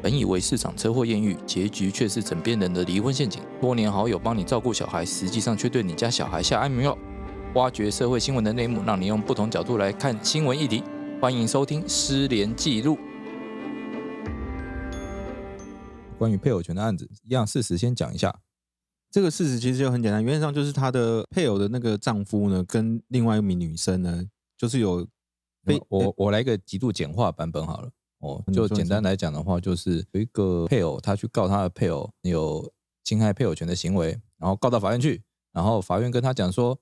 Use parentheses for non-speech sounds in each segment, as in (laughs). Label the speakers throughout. Speaker 1: 本以为市场车祸艳遇，结局却是枕边人的离婚陷阱。多年好友帮你照顾小孩，实际上却对你家小孩下安眠药。挖掘社会新闻的内幕，让你用不同角度来看新闻议题。欢迎收听《失联记录》。关于配偶权的案子，一样事实先讲一下。
Speaker 2: 这个事实其实就很简单，原则上就是她的配偶的那个丈夫呢，跟另外一名女生呢，就是有被
Speaker 1: 我我来一个极度简化版本好了。哦，
Speaker 2: 呃嗯
Speaker 1: 就
Speaker 2: 你说
Speaker 1: 简
Speaker 2: 你
Speaker 1: 单
Speaker 2: 说
Speaker 1: 来讲的话，就是有一个配偶，他去告他的配偶有侵害配偶权的行为，然后告到法院去，然后法院跟他讲说，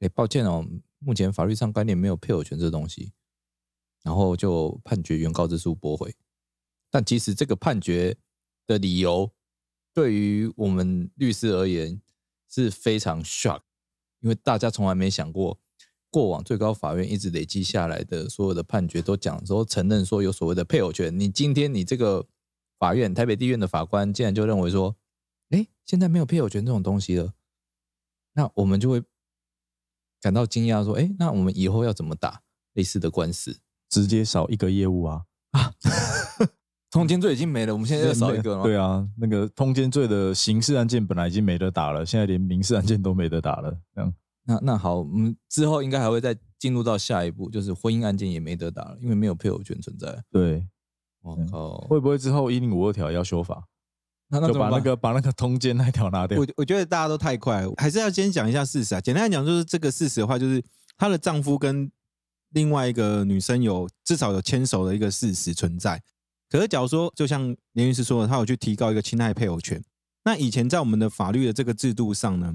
Speaker 1: 哎、抱歉哦，目前法律上概念没有配偶权这东西，然后就判决原告之诉驳回。但其实这个判决的理由，对于我们律师而言是非常 shock，因为大家从来没想过，过往最高法院一直累积下来的所有的判决都讲说承认说有所谓的配偶权。你今天你这个法院台北地院的法官竟然就认为说，哎，现在没有配偶权这种东西了，那我们就会感到惊讶说，哎，那我们以后要怎么打类似的官司？
Speaker 3: 直接少一个业务啊。
Speaker 1: 通奸罪已经没了，我们现在又少一个了吗？
Speaker 3: 对啊，那个通奸罪的刑事案件本来已经没得打了，现在连民事案件都没得打了。这样，
Speaker 1: 那那好，我们之后应该还会再进入到下一步，就是婚姻案件也没得打了，因为没有配偶权存在。
Speaker 3: 对，
Speaker 1: 我
Speaker 3: 嗯
Speaker 1: 靠，
Speaker 3: 会不会之后一零五二条要修法，
Speaker 1: 那那
Speaker 3: 就
Speaker 1: 怎么
Speaker 3: 把那
Speaker 1: 办？
Speaker 3: 个把那个通奸那条拿掉
Speaker 2: 我？我觉得大家都太快了，还是要先讲一下事实啊。简单来讲，就是这个事实的话，就是她的丈夫跟另外一个女生有至少有牵手的一个事实存在。可是，假如说就像连律师说的，他有去提高一个侵害配偶权，那以前在我们的法律的这个制度上呢，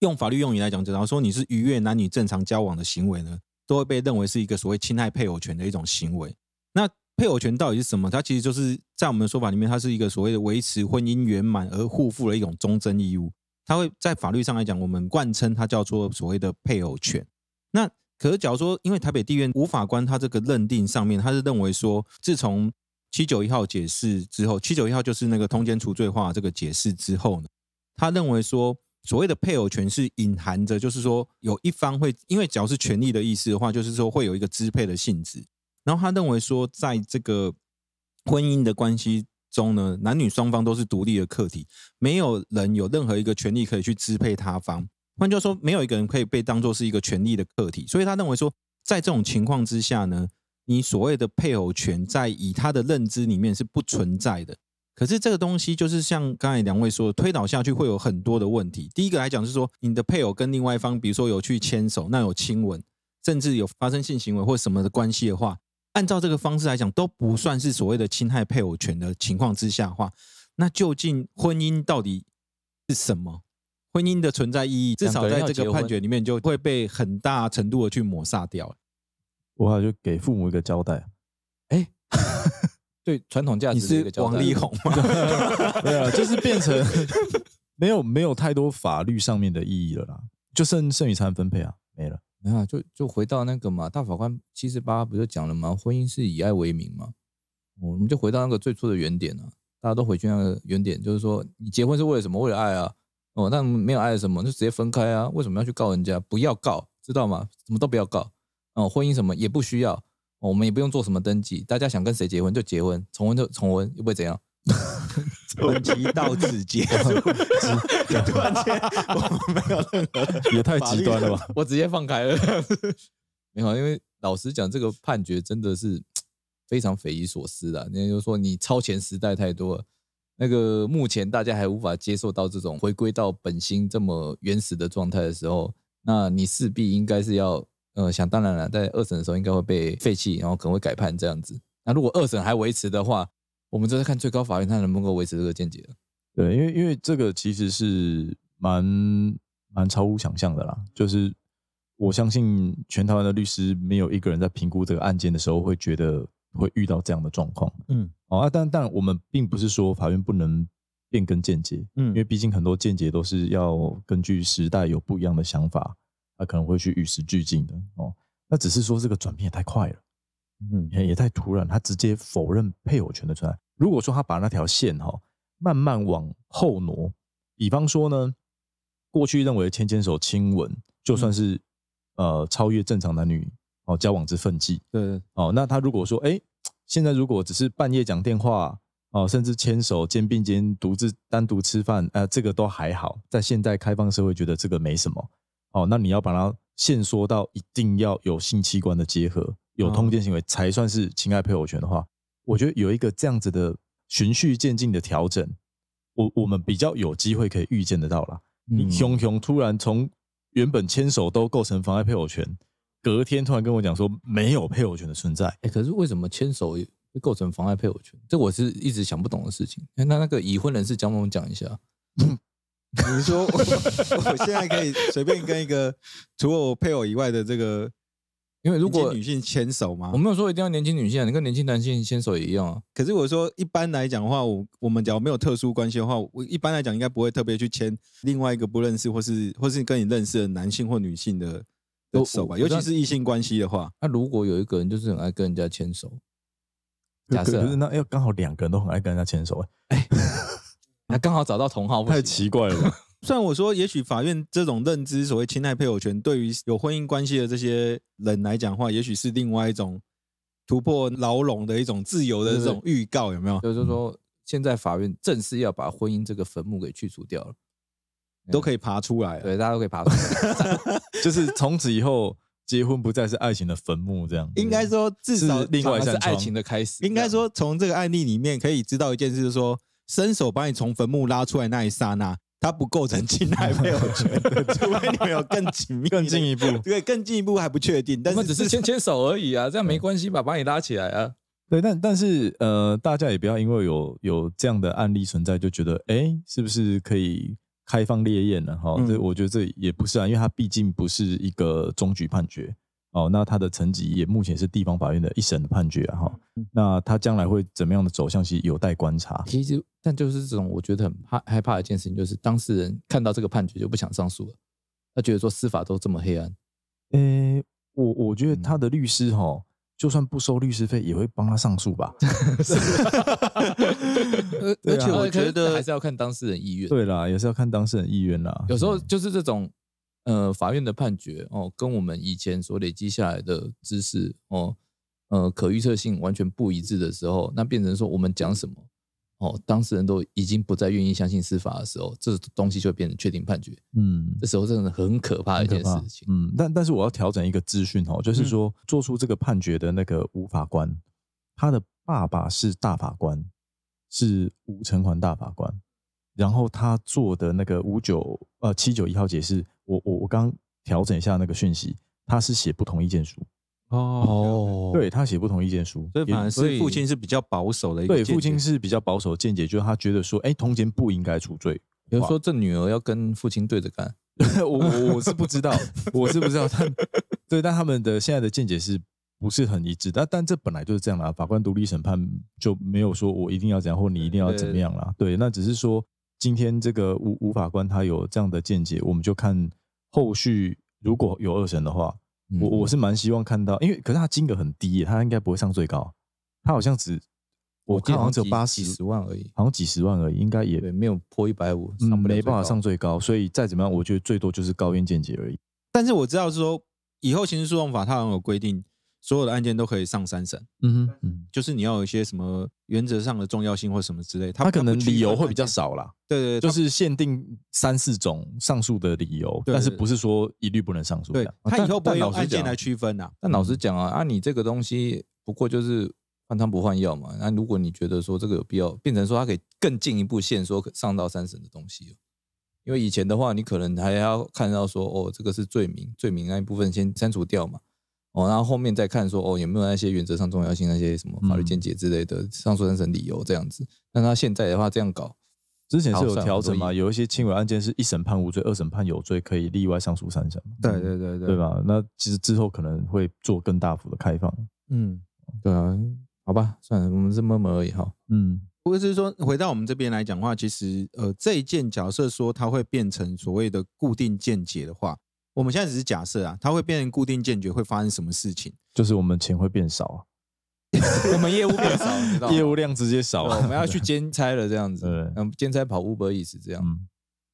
Speaker 2: 用法律用语来讲，只要说你是逾越男女正常交往的行为呢，都会被认为是一个所谓侵害配偶权的一种行为。那配偶权到底是什么？它其实就是在我们的说法里面，它是一个所谓的维持婚姻圆满而互负的一种忠贞义务。它会在法律上来讲，我们贯称它叫做所谓的配偶权。那可是，假如说，因为台北地院吴法官他这个认定上面，他是认为说，自从七九一号解释之后，七九一号就是那个通奸除罪化这个解释之后呢，他认为说，所谓的配偶权是隐含着，就是说有一方会，因为只要是权利的意思的话，就是说会有一个支配的性质。然后他认为说，在这个婚姻的关系中呢，男女双方都是独立的客体，没有人有任何一个权利可以去支配他方。换句话说，没有一个人可以被当做是一个权利的客体。所以他认为说，在这种情况之下呢，你所谓的配偶权，在以他的认知里面是不存在的。可是这个东西就是像刚才两位说的，推导下去会有很多的问题。第一个来讲是说，你的配偶跟另外一方，比如说有去牵手，那有亲吻，甚至有发生性行为或什么的关系的话，按照这个方式来讲，都不算是所谓的侵害配偶权的情况之下的话，那究竟婚姻到底是什么？婚姻的存在意义，至
Speaker 1: 两个
Speaker 2: 少
Speaker 1: 人
Speaker 2: 在
Speaker 1: 要
Speaker 2: 这
Speaker 1: 结
Speaker 2: 个
Speaker 1: 婚
Speaker 2: 判决里面就会被很大程度的去抹杀掉了。
Speaker 3: 我好就给父母一个交代。啊
Speaker 1: 对传统价
Speaker 2: 你
Speaker 1: 值的一个
Speaker 2: 是
Speaker 1: 交代
Speaker 2: 王力宏
Speaker 1: (laughs)
Speaker 2: 吗？
Speaker 3: (laughs) 对啊，就是变成没有没有太多法律上面的意义了啦，就剩剩余财产分配啊，没了。
Speaker 1: 没有啊，就就回到那个嘛，大法官七十八不就讲了吗？婚姻是以爱为名嘛，我们就回到那个最初的原点啊，大家都回去那个原点，就是说你结婚是为了什么？为了爱啊，哦，那没有爱什么，就直接分开啊，为什么要去告人家？不要告，知道吗？什么都不要告，哦，婚姻什么也不需要，哦我们也不用做什么登记，大家想跟谁结婚就结婚，重婚就重婚，又不会怎样。 (laughs)
Speaker 2: 本集到此结束。 (laughs) 突然间，我没有任何
Speaker 3: 也太极端了吧？
Speaker 1: 我直接放开了。 (laughs) 没有，因为老实讲，这个判决真的是非常匪夷所思的。那就是说，你超前时代太多了。那个目前大家还无法接受到这种回归到本心这么原始的状态的时候，那你势必应该是要呃想当然了，在二审的时候应该会被废弃，然后可能会改判这样子。那如果二审还维持的话，我们就在看最高法院它能不能够维持这个见解了。
Speaker 3: 对，因为因为这个其实是蛮蛮超乎想象的啦，就是我相信全台湾的律师没有一个人在评估这个案件的时候会觉得会遇到这样的状况。
Speaker 2: 嗯
Speaker 3: 哦啊，但但我们并不是说法院不能变更见解，因为
Speaker 2: 嗯
Speaker 3: 毕竟很多见解都是要根据时代有不一样的想法，他可能会去与时俱进的哦。那只是说这个转变也太快了，
Speaker 2: 嗯
Speaker 3: 也也太突然，他直接否认配偶权的存在。如果说他把那条线哈、慢慢往后挪，比方说呢，过去认为牵牵手、亲吻就算是、呃超越正常男女哦交往之分际
Speaker 2: 对，
Speaker 3: 哦，那他如果说哎现在如果只是半夜讲电话哦、甚至牵手、肩并肩、独自单独吃饭，呃，这个都还好。在现代开放社会，觉得这个没什么哦。那你要把它限缩到一定要有性器官的结合，有
Speaker 2: 哦
Speaker 3: 通奸行为才算是情爱配偶权的话，我觉得有一个这样子的循序渐进的调整，我我们比较有机会可以预见得到啦。
Speaker 1: 嗯
Speaker 3: 你熊熊突然从原本牵手都构成妨碍配偶权，隔天突然跟我讲说没有配偶权的存在，
Speaker 1: 哎、可是为什么牵手也会构成妨碍配偶权？这我是一直想不懂的事情。哎那那个已婚人士，讲我们讲一下。
Speaker 2: 你说我我现在可以随便跟一个除了我配偶以外的这个
Speaker 1: 因为如
Speaker 2: 如
Speaker 1: 果
Speaker 2: 果女性牵手吗
Speaker 3: 啊
Speaker 1: 我？没有说一定要年轻女性啊，你跟年轻男性牵手也一样啊。
Speaker 2: 可是我说一般来讲的话，我我们假如没有特殊关系的话，我一般来讲应该不会特别去牵另外一个不认识或是或是跟你认识的男性或女性的的
Speaker 1: 我
Speaker 2: 手吧，
Speaker 1: 我
Speaker 2: 尤
Speaker 1: 知道
Speaker 2: 其是异性关系的话，
Speaker 1: 那、如果有一个人就是很爱跟人家牵手，假
Speaker 3: 可
Speaker 1: 设啊
Speaker 3: 可是那要哎刚好两个人都很爱跟人家牵手、欸，
Speaker 1: 那啊刚好找到同号，不
Speaker 3: 太
Speaker 1: 行啊
Speaker 3: 奇怪了吧？
Speaker 2: 虽然我说，也许法院这种认知所谓侵害配偶权，对于有婚姻关系的这些人来讲的话，也许是另外一种突破牢笼的一种自由的这种预告，有没有？
Speaker 1: 就是说，现在法院正式要把婚姻这个坟墓给去除掉了，
Speaker 2: 都可以爬出来了。
Speaker 1: 对，大家都可以爬出来。
Speaker 3: (laughs) (laughs) 就是从此以后，结婚不再是爱情的坟墓，这样
Speaker 2: 应该说，至少
Speaker 3: 是另
Speaker 1: 反
Speaker 3: 外
Speaker 1: 而
Speaker 3: 一
Speaker 1: 是
Speaker 3: 扇
Speaker 1: 爱
Speaker 3: 窗。
Speaker 1: 情的开始。
Speaker 2: 应该说，从这个案例里面可以知道一件事，就是说，伸手把你从坟墓拉出来那一刹那，它不构成侵害配偶权，除非你们有更紧密的、
Speaker 3: 更进一步，
Speaker 2: 对更进一步还不确定，
Speaker 1: 这
Speaker 2: 但
Speaker 1: 样，我
Speaker 2: 是
Speaker 1: 们只是牵牵手而已啊，这样没关系吧？把你拉起来啊。
Speaker 3: 对，但但是呃，大家也不要因为有有这样的案例存在，就觉得哎，是不是可以开放烈焰了？哈、
Speaker 2: 嗯
Speaker 3: 这我觉得这也不是啊，因为它毕竟不是一个终局判决哦。那它的层级也目前是地方法院的一审的判决啊哈、那它将来会怎么样的走向，其实有待观察。
Speaker 1: 其实，但就是这种我觉得很怕害怕的一件事情，就是当事人看到这个判决就不想上诉了，他觉得说司法都这么黑 (laughs) 暗，
Speaker 3: 诶，我我觉得他的律师哈、就算不收律师费，也会帮他上诉吧。
Speaker 1: 呃而
Speaker 3: 对啊
Speaker 1: 而且我
Speaker 2: 觉得
Speaker 1: 还是要看当事人意愿。
Speaker 3: 对嗯啦，也是要看当事人意愿啦。
Speaker 1: 有时候就是这种呃法院的判决哦，跟我们以前所累积下来的知识哦，呃可预测性完全不一致的时候，那变成说我们讲什么哦，当事人都已经不再愿意相信司法的时候，这东西就会变成确定判决，
Speaker 3: 嗯，
Speaker 1: 这时候真的很可怕的一件
Speaker 3: 很可怕
Speaker 1: 事情。
Speaker 3: 嗯，但但是我要调整一个资讯
Speaker 2: 嗯
Speaker 3: 哦，就是说、做出这个判决的那个吴法官，他的爸爸是大法官，是吴成环大法官。然后他做的那个五九呃七九一号解释，我我我刚调整一下那个讯息，他是写不同意见书，嗯
Speaker 2: 哦，
Speaker 3: 对他写不同意见书，
Speaker 2: 所以
Speaker 3: 也
Speaker 2: 反而
Speaker 1: 所以
Speaker 2: 是父亲是比较保守的一个
Speaker 3: 对
Speaker 2: 见解，
Speaker 3: 父亲是比较保守的见解，就是他觉得说，哎，通奸不应该处罪，
Speaker 1: 比如说这女儿要跟父亲对着干，
Speaker 3: (laughs) 我我我是不知道，我是不知道，但对，但他们的现在的见解是不是很一致？但但这本来就是这样啦，法官独立审判就没有说我一定要怎样，或你一定要怎么样啦。对，那只是说今天这个吴吴法官他有这样的见解，我们就看后续如果有二审的话，我
Speaker 1: 嗯
Speaker 3: 我是蛮希望看到，因为可是他金额很低耶，他应该不会上最高，他好像只我
Speaker 1: 我记
Speaker 3: 看
Speaker 1: 得
Speaker 3: 好像只有
Speaker 1: 几
Speaker 3: 八
Speaker 1: 几
Speaker 3: 十
Speaker 1: 十，万而已，
Speaker 3: 好像几十万而已，应该也
Speaker 1: 对，没有破一百五，
Speaker 3: 嗯
Speaker 1: 上不了
Speaker 3: 没办
Speaker 1: 最
Speaker 3: 法
Speaker 1: 高
Speaker 3: 上。最高，所以再怎么样，我觉得最多就是高院见解而已。
Speaker 2: 但是我知道是说，以后刑事诉讼法它好像有规定，所有的案件都可以上三审，
Speaker 3: 嗯哼，嗯，
Speaker 2: 就是你要有一些什么原则上的重要性或什么之类，它
Speaker 3: 他可能
Speaker 2: 它不区分
Speaker 3: 理由会比较
Speaker 2: 案件，
Speaker 3: 少啦，
Speaker 2: 对对对，
Speaker 3: 就
Speaker 2: 它
Speaker 3: 是限定三四种上诉的理由，
Speaker 2: 对
Speaker 3: 但是
Speaker 2: 对
Speaker 3: 不是说一律不能上诉这
Speaker 2: 对
Speaker 3: 样。，
Speaker 1: 啊
Speaker 2: 它以后不会
Speaker 3: 但
Speaker 2: 用
Speaker 3: 老实
Speaker 2: 案件
Speaker 3: 讲
Speaker 2: 来区分呐、
Speaker 1: 但
Speaker 3: 嗯
Speaker 1: 老实讲啊，啊，你这个东西不过就是换汤不换药嘛。那如果你觉得说这个有必要，变成说它可以更进一步限缩上到三审的东西哦，因为以前的话，你可能还要看到说哦，这个是罪名，罪名那一部分先删除掉嘛。哦，然后后面再看说哦有没有那些原则上重要性、那些什么法律
Speaker 3: 嗯
Speaker 1: 见解之类的、上诉三审理由这样子。那他现在的话这样搞，
Speaker 3: 之前是
Speaker 1: 好
Speaker 3: 有
Speaker 1: 像
Speaker 3: 调整嘛，
Speaker 1: 所以
Speaker 3: 有一些轻微案件是一审判无罪，二审判有罪，可以例外上诉三审嘛，嗯
Speaker 1: 啊
Speaker 2: 对对对
Speaker 3: 对，吧？那其实之后可能会做更大幅的开放。
Speaker 2: 嗯。
Speaker 1: 对啊，好吧，算了，我们是默默而已哈。
Speaker 3: 嗯，
Speaker 2: 或者是说，回到我们这边来讲的话，其实呃，这一件假设说它会变成所谓的固定见解的话，我们现在只是假设啊，它会变成固定见解会发生什么事情？
Speaker 3: 就是我们钱会变少
Speaker 1: (laughs) 我们业务变少，你知道
Speaker 2: (laughs)
Speaker 3: 啊，
Speaker 1: 吗
Speaker 3: 业务量直接少
Speaker 1: 对我
Speaker 3: 啊。
Speaker 1: 们要去兼差了，这样子
Speaker 3: 对，
Speaker 1: 嗯，兼差跑 Uber Eats 这样，
Speaker 3: 嗯，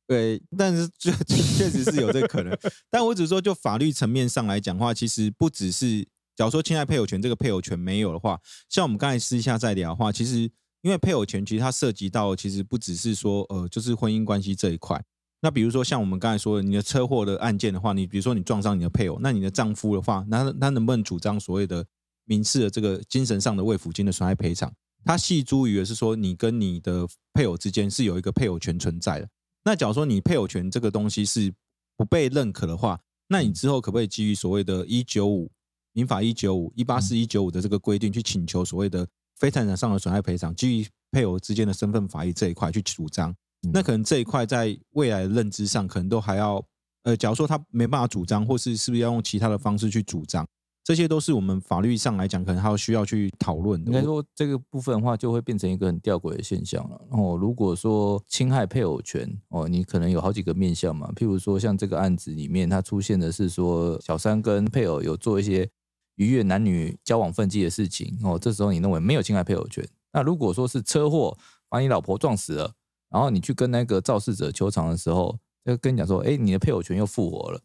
Speaker 2: 对，但是确确实是有这个可能。但我只是说，就法律层面上来讲的话，其实不只是假如说侵害配偶权这个配偶权没有的话，像我们刚才私下在聊的话，其实因为配偶权其实它涉及到其实不只是说呃就是婚姻关系这一块。那比如说像我们刚才说的，你的车祸的案件的话，你比如说你撞上你的配偶，那你的丈夫的话，那他能不能主张所谓的民事的这个精神上的慰抚金的损害赔偿？他系诸于的是说你跟你的配偶之间是有一个配偶权存在的。那假如说你配偶权这个东西是不被认可的话，那你之后可不可以基于所谓的一九五民法一九五一八四一九五的这个规定去请求所谓的非财产上的损害赔偿，基于配偶之间的身份法益这一块去主张？那可能这一块在未来的认知上，可能都还要呃，假如说他没办法主张，或是是不是要用其他的方式去主张，这些都是我们法律上来讲，可能还要需要去讨论的。
Speaker 1: 应该说这个部分的话，就会变成一个很吊诡的现象了。然后如果说侵害配偶权哦，你可能有好几个面向嘛，譬如说像这个案子里面，它出现的是说小三跟配偶有做一些逾越男女交往分际的事情哦，这时候你认为没有侵害配偶权。那如果说是车祸把你老婆撞死了，然后你去跟那个肇事者求偿的时候，就跟你讲说，哎，你的配偶权又复活了。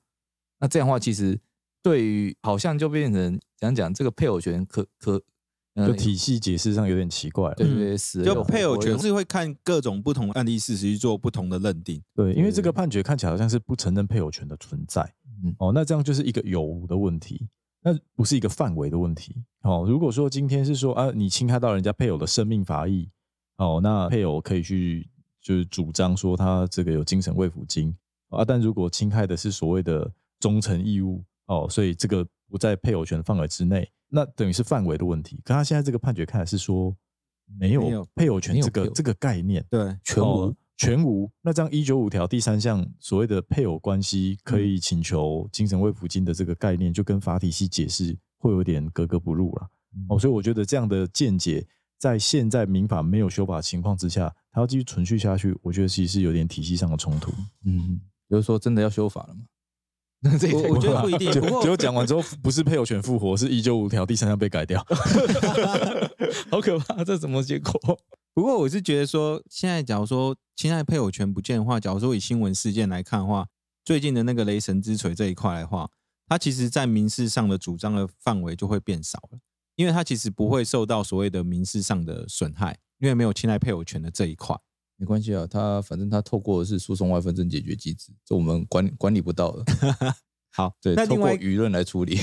Speaker 1: 那这样的话，其实对于好像就变成讲讲这个配偶权可可。呃
Speaker 3: 就体系解释上有点奇怪了。
Speaker 1: 对
Speaker 2: 嗯
Speaker 1: 对对，死了
Speaker 2: 就
Speaker 1: 又
Speaker 2: 配
Speaker 1: 活
Speaker 2: 偶
Speaker 1: 又
Speaker 2: 权是会看各种不同的案例事实去做不同的认定。
Speaker 3: 对，因为这
Speaker 1: 对
Speaker 3: 个判决看起来好像是不承认配偶权的存在。
Speaker 1: 嗯
Speaker 3: 哦，那这样就是一个有无的问题，那不是一个范围的问题。哦，如果说今天是说啊，你侵害到人家配偶的生命法益，哦，那配偶可以去就是主张说他这个有精神慰抚金啊，但如果侵害的是所谓的忠诚义务，哦，所以这个不在配偶权的范围之内，那等于是范围的问题。可他现在这个判决看来是说没
Speaker 2: 没
Speaker 3: 有
Speaker 2: 有
Speaker 3: 配偶权
Speaker 1: 没有
Speaker 3: 这个
Speaker 1: 配偶
Speaker 3: 这个概念。
Speaker 2: 对，
Speaker 1: 全无、
Speaker 3: 哦全无。那这样一九五条第三项所谓的配偶关系可以请求精神慰抚金的这个概念，就跟法体系解释会有点格格不入了。哦，所以我觉得这样的见解，在现在民法没有修法的情况之下，它要继续存续下去，我觉得其实是有点体系上的冲突。
Speaker 1: 嗯，比如说真的要修法了
Speaker 2: (laughs)
Speaker 1: 嘛？那这
Speaker 2: 我我觉得不一定。
Speaker 3: 结
Speaker 2: 不过
Speaker 3: 结果讲完之后，不是配偶权复活，是一九五条第三项被改掉，
Speaker 2: (laughs)
Speaker 3: 好可怕！这什么结果？
Speaker 2: 不过我是觉得说，现在假如说侵害配偶权不见的话，假如说以新闻事件来看的话，最近的那个雷神之锤这一块的话，它其实在民事上的主张的范围就会变少了，因为它其实不会受到所谓的民事上的损害，因为没有侵害配偶权的这一块。
Speaker 1: (laughs) 没关系啊，他反正他透过的是诉讼外纷争解决机制，这我们管管理不到的。
Speaker 2: (laughs) 好，
Speaker 1: 对，
Speaker 2: 那
Speaker 1: 透
Speaker 2: 另
Speaker 1: 过
Speaker 2: 外
Speaker 1: 舆论来处理。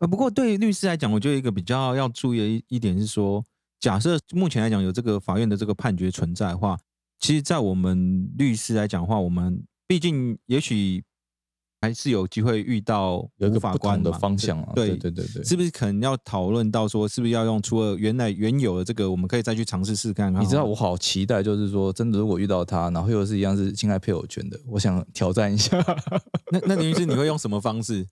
Speaker 2: 呃，不过对于律师来讲，我觉得一个比较要注意的一一点是说，假设目前来讲有这个法院的这个判决存在的话，其实，在我们律师来讲的话，我们毕竟也许还是有机会遇到
Speaker 1: 有一
Speaker 2: 无
Speaker 1: 个
Speaker 2: 法
Speaker 1: 不
Speaker 2: 官
Speaker 1: 同的
Speaker 2: 嘛
Speaker 1: 方向啊，
Speaker 2: 对
Speaker 1: 对对对
Speaker 2: 是不是可能要讨论到说，是不是要用除了原来原有的这个，我们可以再去尝试试看看。啊
Speaker 1: 你知道我好期待，就是说真的，如果遇到他，然后又是一样是侵害配偶权的，我想挑战一下。
Speaker 2: 那那林律师你会用什么方式？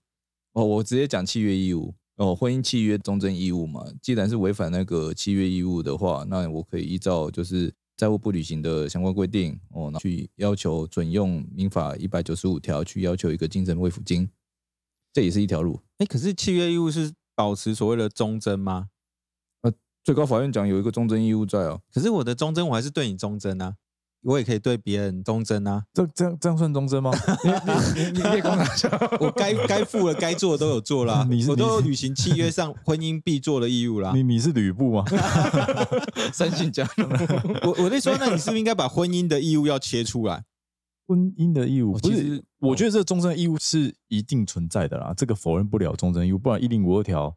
Speaker 1: 哦，我直接讲契约义务哦，婚姻契约忠贞义务嘛，既然是违反那个契约义务的话，那我可以依照就是债务不履行的相关规定哦，那去要求准用民法一百九十五条去要求一个精神慰抚金，这也是一条路。
Speaker 2: 哎，可是契约义务是保持所谓的忠贞吗？
Speaker 1: 最高法院讲有一个忠贞义务在哦，
Speaker 2: 可是我的忠贞，我还是对你忠贞啊，我也可以对别人忠贞啊。
Speaker 3: (laughs) 这这样这样算忠贞吗？你你你你也光拿 (laughs) 下。，
Speaker 2: (laughs) 我该该付的、该做的都有做啦
Speaker 3: (laughs) 你是
Speaker 2: 我都有履行契约上婚姻必做的义务啦
Speaker 3: (laughs) 你。你是吕布吗？
Speaker 1: 三性家人
Speaker 2: 我我在说，那你是不是应该把婚姻的义务要切出来？
Speaker 3: 婚姻的义务，
Speaker 1: 哦
Speaker 3: 不
Speaker 1: 其
Speaker 3: 是
Speaker 1: 实？
Speaker 3: 我觉得这终身义务是一定存在的啦，这个否认不了终身义务，不然一零五二条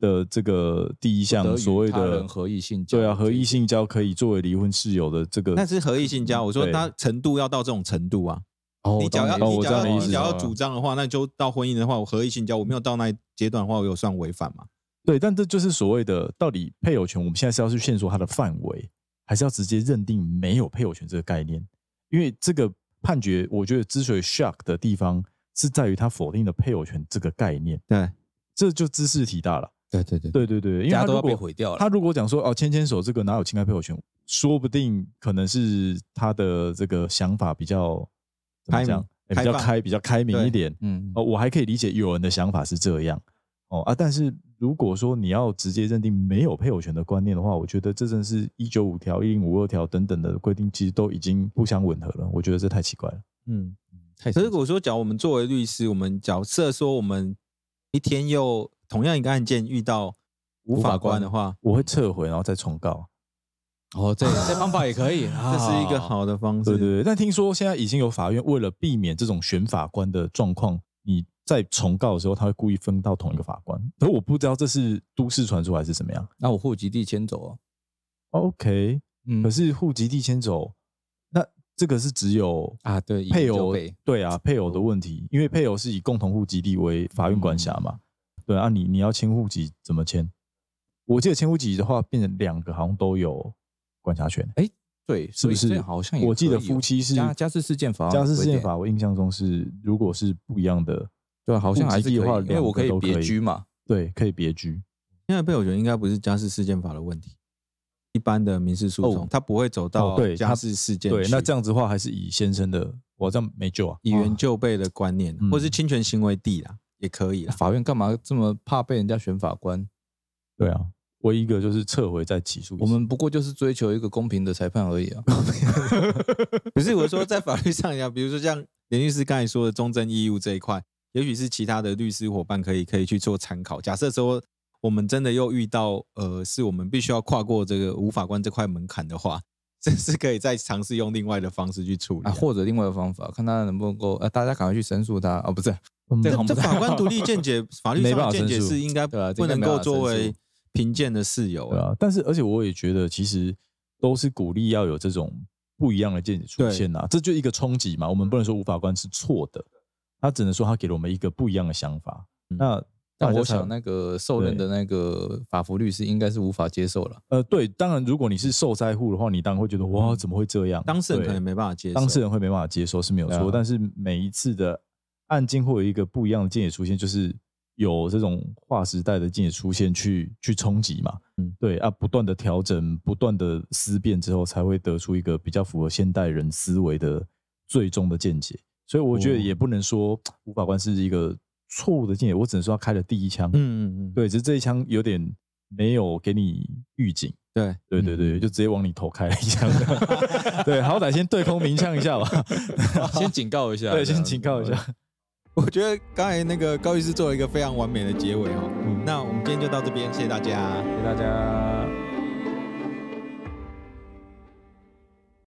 Speaker 3: 的这个第
Speaker 1: 不得
Speaker 3: 一项
Speaker 1: 与
Speaker 3: 所谓
Speaker 1: 他
Speaker 3: 的
Speaker 1: 人合意性交
Speaker 3: 对啊，合
Speaker 1: 这
Speaker 3: 意
Speaker 1: 一
Speaker 3: 性交可以作为离婚事由的这个，
Speaker 2: 那是合意性交，我说
Speaker 3: 对
Speaker 2: 他程度要到这种程度啊。
Speaker 1: 哦
Speaker 2: 你只要
Speaker 3: 懂
Speaker 2: 你
Speaker 3: 我
Speaker 2: 只
Speaker 3: 知道
Speaker 2: 要
Speaker 3: 你的意
Speaker 2: 你
Speaker 3: 思哦
Speaker 2: 只要
Speaker 3: 了
Speaker 2: 主张的话，那就到婚姻的话，我合意性交，我没有到那一阶段的话，我有算违反嘛？
Speaker 3: 对，但这就是所谓的到底配偶权，我们现在是要去限缩它的范围，还是要直接认定没有配偶权这个概念？因为这个判决，我觉得之所以 shock 的地方是在于它否定了配偶权这个概念，
Speaker 2: 对，
Speaker 3: 这就知识体大了。
Speaker 1: 对对对，
Speaker 3: 对对对，因为
Speaker 1: 家
Speaker 3: 它
Speaker 1: 都
Speaker 3: 如
Speaker 1: 要被
Speaker 3: 果
Speaker 1: 毁掉了。
Speaker 3: 他如果讲说哦，牵牵手这个哪有侵害配偶权，说不定可能是他的这个想法比较怎么
Speaker 2: 开
Speaker 3: 讲，哎
Speaker 2: 明
Speaker 3: 比较
Speaker 2: 开放
Speaker 3: 开，比较开明
Speaker 2: 对
Speaker 3: 一点。
Speaker 1: 嗯，
Speaker 3: 哦，我还可以理解有人的想法是这样哦啊，但是如果说你要直接认定没有配偶权的观念的话，我觉得这真的是一九五条、一零五二条等等的规定，其实都已经不相吻合了。我觉得这太奇怪了。
Speaker 2: 嗯，
Speaker 1: 太
Speaker 2: 可
Speaker 1: 神
Speaker 2: 是我说，假如我们作为律师，我们假设说我们一天又同样一个案件遇到无
Speaker 1: 无法
Speaker 2: 法官
Speaker 1: 官
Speaker 2: 的话，
Speaker 3: 我会撤回，然后再重告。
Speaker 1: 哦，这这方法也可
Speaker 3: (laughs)
Speaker 1: 以，
Speaker 2: (laughs) 啊这
Speaker 1: 这
Speaker 2: 是一个好的方式。
Speaker 3: 啊对对对，但听说现在已经有法院为了避免这种选法官的状况，你在重告的时候，他会故意分到同一个法官。可我不知道这是都市传说还是怎么样。
Speaker 1: 那我户籍地迁走啊，
Speaker 3: OK，
Speaker 1: 嗯
Speaker 3: 可是户籍地迁走，那这个是只有
Speaker 1: 啊，对，
Speaker 3: 配
Speaker 1: 以
Speaker 3: 偶
Speaker 1: 就被哦
Speaker 3: 对啊，配偶的问题，因为配偶是以共同户籍地为法院管辖
Speaker 1: 嗯
Speaker 3: 嘛。对啊，你你要迁户籍怎么迁？我记得迁户籍的话，变成两个好像都有管辖权。
Speaker 1: 对，
Speaker 3: 是不
Speaker 1: 对
Speaker 3: 是
Speaker 1: 这好像也
Speaker 3: 我记得
Speaker 1: 可以哦
Speaker 3: 夫妻是
Speaker 1: 家家事事件法好像
Speaker 3: 家事事
Speaker 1: 有一
Speaker 3: 件
Speaker 1: 点
Speaker 3: 法，我印象中是如果是不一样的，
Speaker 1: 对，啊好像还是可以，
Speaker 3: 户籍地的话
Speaker 1: 因为我可
Speaker 3: 两个都可以
Speaker 1: 别居嘛，
Speaker 3: 对，可以别居。
Speaker 2: 现在被我觉得应该不是家事事件法的问题，一般的民事诉讼，
Speaker 1: 哦
Speaker 2: 他不会走
Speaker 3: 哦
Speaker 2: 到
Speaker 3: 对
Speaker 2: 家
Speaker 3: 它
Speaker 2: 事事件去。
Speaker 3: 对，那这样子的话，还是以先生的，我这样没救啊。
Speaker 2: 以原就被的观念，
Speaker 3: 嗯
Speaker 2: 或是侵权行为地啦，也可
Speaker 3: (laughs)
Speaker 2: 以啦。
Speaker 1: 法院干嘛这么怕被人家选法官？
Speaker 3: 对啊，唯一一个就是撤回再起诉一次。
Speaker 1: 我们不过就是追求一个公平的裁判而已啊。
Speaker 2: 不是我说在法律上呀，比如说像连律师刚才说的忠贞义务这一块，也许是其他的律师伙伴可以可以去做参考。假设说我们真的又遇到呃，是我们必须要跨过这个无法官这块门槛的话， (laughs) 这是可以再尝试用另外的方式去处理
Speaker 1: 啊，
Speaker 2: 啊。
Speaker 1: 或者另外一个方法，看他能不能够，呃，大家赶快去申诉他，哦，不是，
Speaker 3: 嗯
Speaker 1: 这
Speaker 2: 这
Speaker 1: 个我们
Speaker 2: 这法
Speaker 1: (laughs)
Speaker 2: 官独立见解，法律
Speaker 3: 没
Speaker 2: 上
Speaker 3: 办
Speaker 2: 的
Speaker 3: 法
Speaker 2: 见解
Speaker 3: 申诉
Speaker 2: 是应该
Speaker 1: 对啊这
Speaker 2: 不
Speaker 1: 应该
Speaker 2: 能
Speaker 1: 没办
Speaker 2: 够
Speaker 1: 法
Speaker 2: 作
Speaker 1: 申
Speaker 2: 为
Speaker 1: 诉
Speaker 2: 评鉴的事由
Speaker 3: 对
Speaker 2: 啊。
Speaker 3: 啊，但是而且我也觉得，其实都是鼓励要有这种不一样的见解出现啊，这就一个冲击嘛。我们不能说无法官是错的，他只能说他给了我们一个不一样的想法。
Speaker 2: 嗯
Speaker 3: 那
Speaker 1: 但
Speaker 3: 大家
Speaker 1: 我
Speaker 3: 才
Speaker 1: 想那个受
Speaker 3: 对
Speaker 1: 任的那个法服律师应该是无法接受了。
Speaker 3: 呃，对，当然如果你是受灾户的话，你当然会觉得哇，怎么会这样？
Speaker 2: 嗯当事人可
Speaker 3: 对
Speaker 2: 能没办法接受，
Speaker 3: 当事人会没办法接受是没有
Speaker 1: 对
Speaker 3: 错，
Speaker 1: 啊
Speaker 3: 但是每一次的案件会有一个不一样的见解出现，就是有这种划时代的见解出现去去冲击嘛，
Speaker 2: 嗯
Speaker 3: 嗯，对啊，不断的调整，不断的思辨之后，才会得出一个比较符合现代人思维的最终的见解。所以我觉得
Speaker 2: 哦
Speaker 3: 也不能说吴法官是一个错误的见解，我只能说他开了第一枪，
Speaker 2: 嗯嗯嗯，
Speaker 3: 对，只是这一枪有点没有给你预警。
Speaker 2: 对
Speaker 3: 对嗯对对，就直接往你头开了一枪， (laughs) 对，好歹先对空鸣枪一下吧。
Speaker 2: 嗯
Speaker 1: (laughs) 先警告一下，
Speaker 3: (laughs) 对，啊
Speaker 1: 这样
Speaker 3: 先警告一下。。
Speaker 2: 我觉得刚才那个高律师做了一个非常完美的结尾哦。
Speaker 3: 嗯
Speaker 2: 那我们今天就到这边，谢谢大家。
Speaker 1: 谢谢大家。